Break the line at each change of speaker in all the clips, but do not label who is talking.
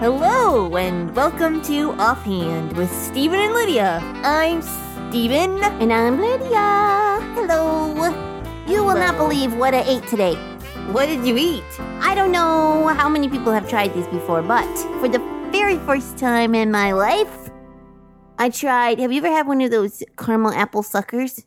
Hello and welcome to Offhand with Stephen and Lydia. I'm Stephen.
And I'm Lydia.
Hello.
You will not
Hello.
believe what I ate today.
What did you eat?
I don't know how many people have tried these before, but for the very first time in my life, I tried. Have you ever had one of those caramel apple suckers?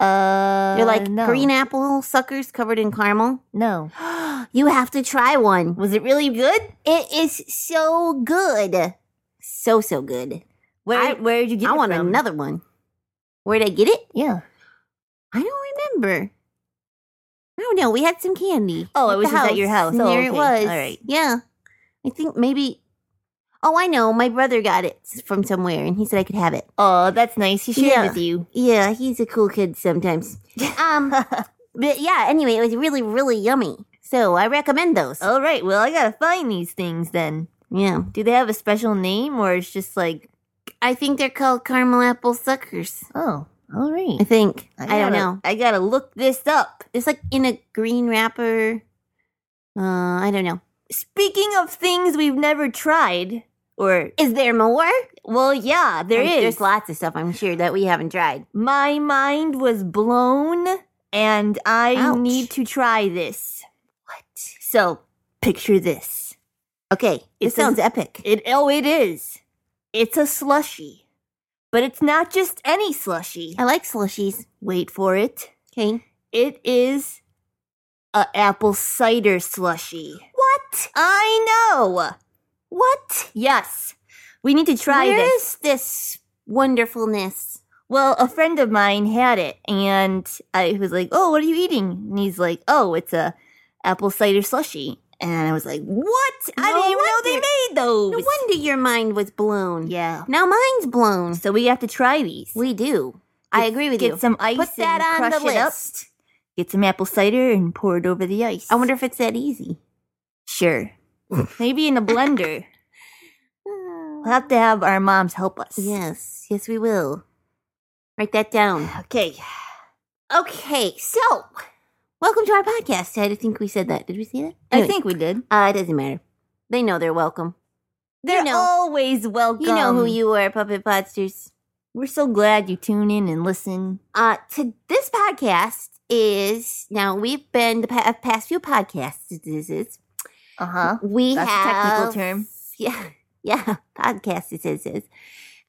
Uh,
They're like
no.
green apple suckers covered in caramel.
No.
You have to try one.
Was it really good?
It is so good. So, so good.
Where
I-
Where did you get
I
it
want
from?
another one. Where'd I get it?
Yeah.
I don't remember. I don't know. We had some candy.
Oh,
at
it was
the
just at your house.
and
Oh,
there
okay.
it was.
All right.
Yeah. I think maybe. Oh, I know. My brother got it from somewhere, and he said I could have it.
Oh, that's nice. He shared
Yeah.
with you.
Yeah, he's a cool kid sometimes. Um, but yeah. Anyway, it was really, really yummy. So I recommend those.
All Oh, right. Well, I gotta find these things then.
Yeah.
Do they have a special name or it's just like
I think they're called caramel apple suckers.
oh, all right.
I think. I, don't
gotta-
know.
I gotta look this up.
It's like in a green wrapper. Uh, I don't know.
Speaking of things we've never tried, or
Is there more?
well, yeah, there is.
Um, There's lots of stuff I'm sure that we haven't tried.
My mind was blown, and I
Ouch.
need to try this. What? So, picture this.
Okay,
It
it sounds epic.
It oh, it is. It's a slushy, but it's not just any slushy.
I like slushies.
Wait for it.
Okay.
It is a apple cider slushy. What? I know. What? Yes. We need to try
Where
this.
is this wonderfulness?
Well, a friend of mine had it, and I was like, "Oh, what are you eating?" And he's like, "Oh, it's a apple cider slushy." And I was like, "What? I
No
didn't even know
wonder-
they made those."
No wonder your mind was blown.
Yeah.
Now mine's blown.
So we have to try these.
We do. I agree with
Get
you.
some ice.
Put that
and
on
crush
the
it up.
list.
Get some apple cider and pour it over the ice.
I wonder if it's that easy.
Sure. Maybe in a blender. We'll have to have our moms help us.
Yes, yes, we will. Write that down.
Okay.
Okay, so welcome to our podcast. I think we said that. Did we say that?
I
Anyway,
think we did.
uh, it doesn't matter. They know they're welcome.
They're
know.
always welcome.
You know who you are, Puppet Podsters.
We're so glad you tune in and listen.
Uh, to this podcast is now we've been the pa- past few podcasts. This is
Uh huh.
we
That's a
have
technical term.
Yeah, yeah, podcast. It is. is.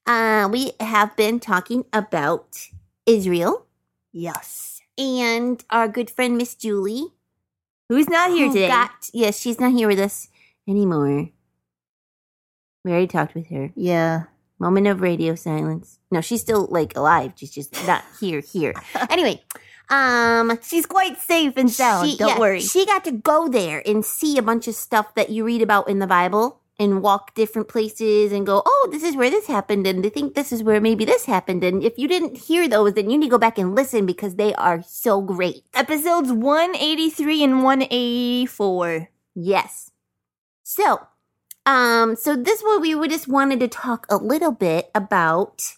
Uh, we have been talking about Israel
Yes.
and our good friend Miss Julie.
Who's not here
who
today?
got- yes, she's not here with us anymore. We already talked with her.
yeah.
Moment of radio silence. No, she's still like alive. She's just not here. Here. anyway, um,
She's quite safe and sound.
She-
Don't
yeah,
worry.
She got to go there and see a bunch of stuff that you read about in the Bible and walk different places and go, oh, this is where this happened. And they think this is where maybe this happened. And if you didn't hear those, then you need to go back and listen because they are so great.
Episodes 183 and 184.
Yes. So, um, so this one we would just wanted to talk a little bit about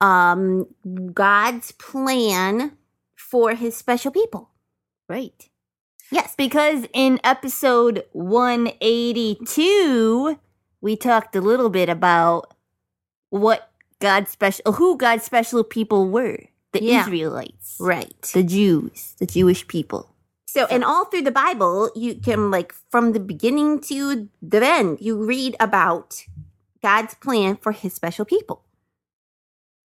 um God's plan for his special people.
Right.
Yes.
Because in episode 182, we talked a little bit about what God's special, who God's special people were the
Yeah.
Israelites,
Right.
the Jews, the Jewish people.
So, and all through the Bible, you can like from the beginning to the end, you read about God's plan for His special people.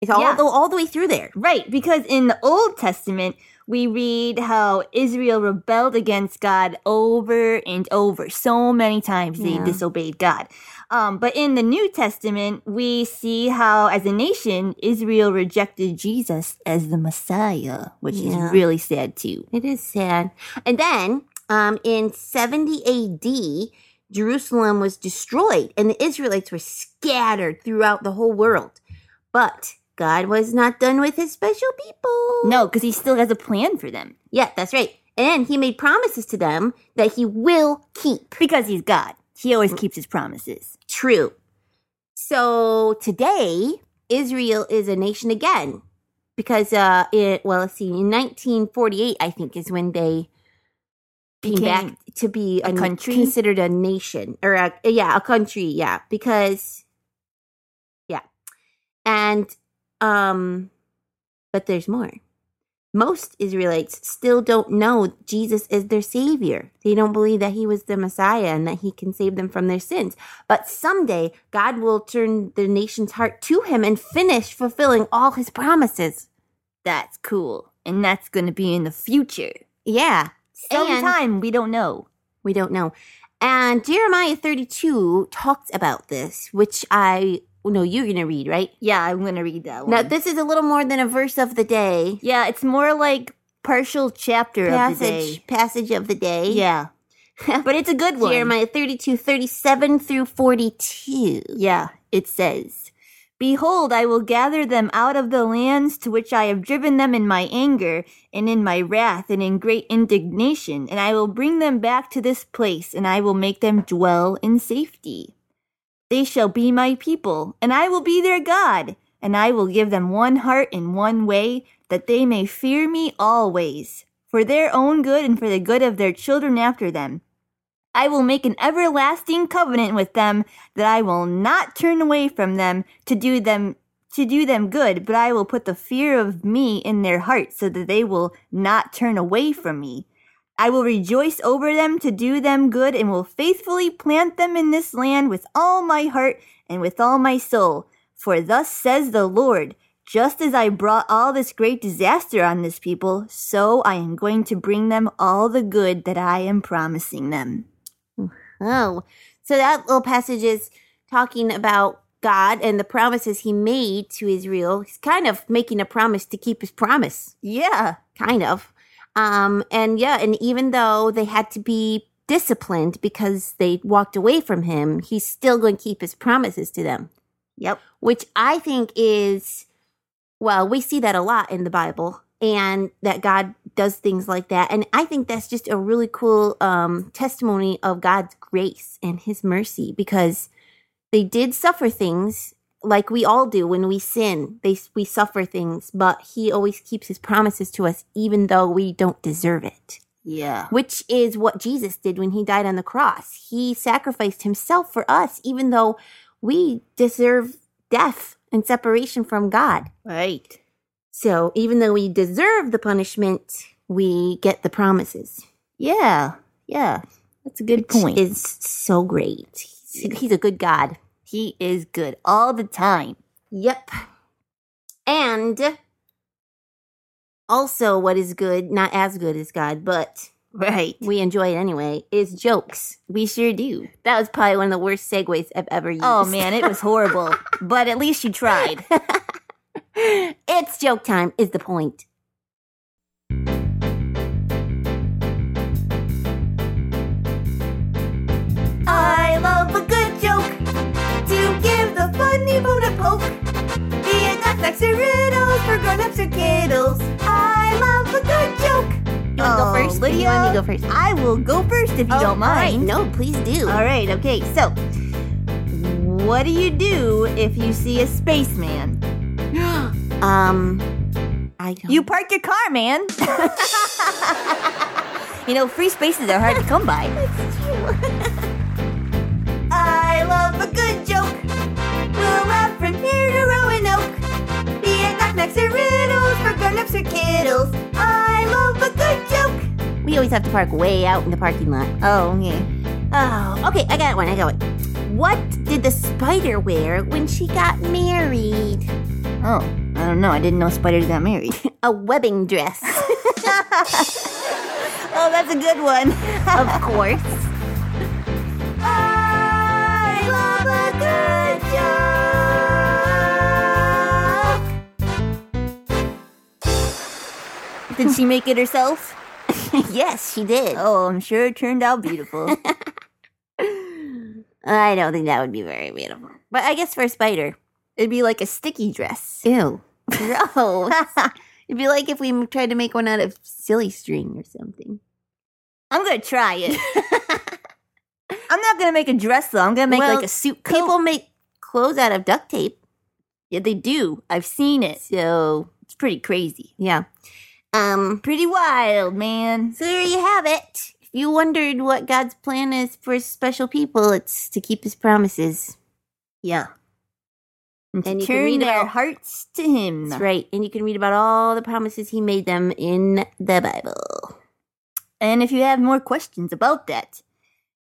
It's all
Yeah.
the all the way through there.
Right, because in the Old Testament, we read how Israel rebelled against God over and over. So many times they
Yeah.
disobeyed God. Um, but in the New Testament, we see how, as a nation, Israel rejected Jesus as the Messiah, which
Yeah.
is really sad too.
It is sad. And then, um, in seventy A.D., Jerusalem was destroyed, and the Israelites were scattered throughout the whole world. But God was not done with His special people.
No, because he still has a plan for them
Yeah, that's right. And He made promises to them that He will keep.
because he's God. He always keeps his promises.
True. So today, Israel is a nation again because, uh, it, well, let's see, in 1948, I think, is when they came back to be
a
n-
country?
considered a nation or a, yeah, a country, yeah, because yeah. And um but there's more. Most Israelites still don't know Jesus is their savior. They don't believe that he was the Messiah and that he can save them from their sins. But someday God will turn the nation's heart to him and finish fulfilling all his promises.
That's cool. And that's going to be in the future.
Yeah. And-
Sometime we don't know.
We don't know. And Jeremiah 32 talks about this, which I no, you're going to read, right?
Yeah, I'm going to read that one.
Now, this is a little more than a verse of the day.
yeah, it's more like partial chapter of the
Passage,
day.
passage of the day.
Yeah. but it's a good one.
Jeremiah 32, 37 through 42.
Yeah, it says, Behold, I will gather them out of the lands to which I have driven them in my anger, and in my wrath, and in great indignation, and I will bring them back to this place, and I will make them dwell in safety. They shall be my people, and I will be their God, and I will give them one heart and one way, that they may fear me always, for their own good and for the good of their children after them. I will make an everlasting covenant with them that I will not turn away from them to do them to do them good, but I will put the fear of me in their hearts so that they will not turn away from me. I will rejoice over them to do them good and will faithfully plant them in this land with all my heart and with all my soul. For thus says the Lord, just as I brought all this great disaster on this people, so I am going to bring them all the good that I am promising them.
Oh, so that little passage is talking about God and the promises he made to Israel. He's kind of making a promise to keep his promise.
Yeah.
kind of. Um, and yeah, and even though they had to be disciplined because they walked away from him, he's still going to keep his promises to them,
Yep.
which I think is, well, we see that a lot in the Bible and that God does things like that. And I think that's just a really cool um, testimony of God's grace and his mercy because they did suffer things like we all do when we sin they we suffer things but he always keeps his promises to us even though we don't deserve it
Yeah.
which is what Jesus did when he died on the cross he sacrificed himself for us even though we deserve death and separation from god
Right.
so even though we deserve the punishment we get the promises
Yeah. Yeah. That's a good point.
is so great he's, he's a good god
he is good all the time.
Yep. And also, what is good, not as good as God, but
Right.
we enjoy it anyway, is jokes.
We sure do.
That was probably one of the worst segues I've ever used.
Oh man, it was horrible. but at least you tried.
it's joke time, is the point.
I love a good joke to give the funny bone a poke. Be it knockbacks or riddles for grown-ups or kiddles. I love a good joke.
You wanna go first? Or
Oh, Lydia,
you want me to go first?
I will go first if you
Oh,
don't
all right.
mind.
No, please do.
All right, okay, so what do you do if you see a spaceman?
um, I don't.
You park your car, man. you know, free spaces are hard to come by. I love a good joke. We'll laugh from here to Roanoke. Be it knockbacks or riddles for grown-ups or kiddles. I love a good joke.
we always have to park way out in the parking lot.
Oh, okay.
Oh, okay, I got one, I got one. What did the spider wear when she got married?
Oh, I don't know. I didn't know spiders got married.
A webbing dress.
oh, that's a good one.
of course.
I love a good joke. Did she make it herself?
yes, she did.
Oh, I'm sure it turned out beautiful.
I don't think that would be very beautiful. But I guess for a spider.
It'd be like a sticky dress.
Ew. Gross. It'd be like if we m- tried to make one out of silly string or something.
I'm gonna try it. I'm not gonna make a dress though. I'm gonna make
Well,
like a suit coat.
People make clothes out of duct tape.
yeah, they do. I've seen it.
So,
It's pretty crazy.
yeah. Um,
Pretty wild, man.
so there you have it. you wondered what God's plan is for his special people, it's to keep his promises.
Yeah. And to
And you can
turn
read
their
about-
hearts to him.
That's right. And you can read about all the promises he made them in the Bible.
And if you have more questions about that,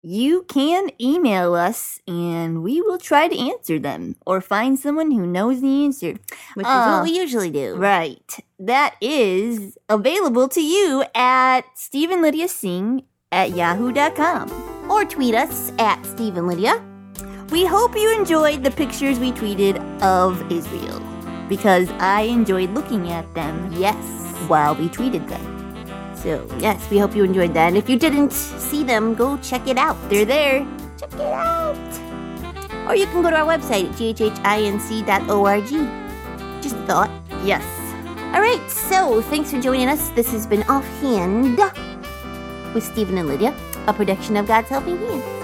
you can email us and we will try to answer them or find someone who knows the answer.
Which is
Uh,
what we usually do.
Right. That is available to you at Stephen Lydia Singh at yahoo.com.
Or tweet us at Steve and Lydia.
We hope you enjoyed the pictures we tweeted of Israel because I enjoyed looking at them
Yes.
while we tweeted them.
So, yes, we hope you enjoyed that. And if you didn't see them, go check it out.
They're there.
Check it out. Or you can go to our website at ghhinc.org. Just a thought.
Yes.
All right, so thanks for joining us. This has been Offhand with Stephen and Lydia, a production of God's Helping Hand.